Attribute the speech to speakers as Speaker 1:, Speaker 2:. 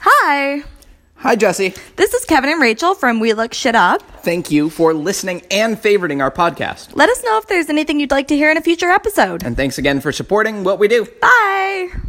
Speaker 1: Hi,
Speaker 2: Hi, Jesse.
Speaker 1: this is Kevin and Rachel from We Look Shit Up.
Speaker 2: Thank you for listening and favoriting our podcast.
Speaker 1: Let us know if there's anything you'd like to hear in a future episode.
Speaker 2: And thanks again for supporting what we do.
Speaker 1: Bye.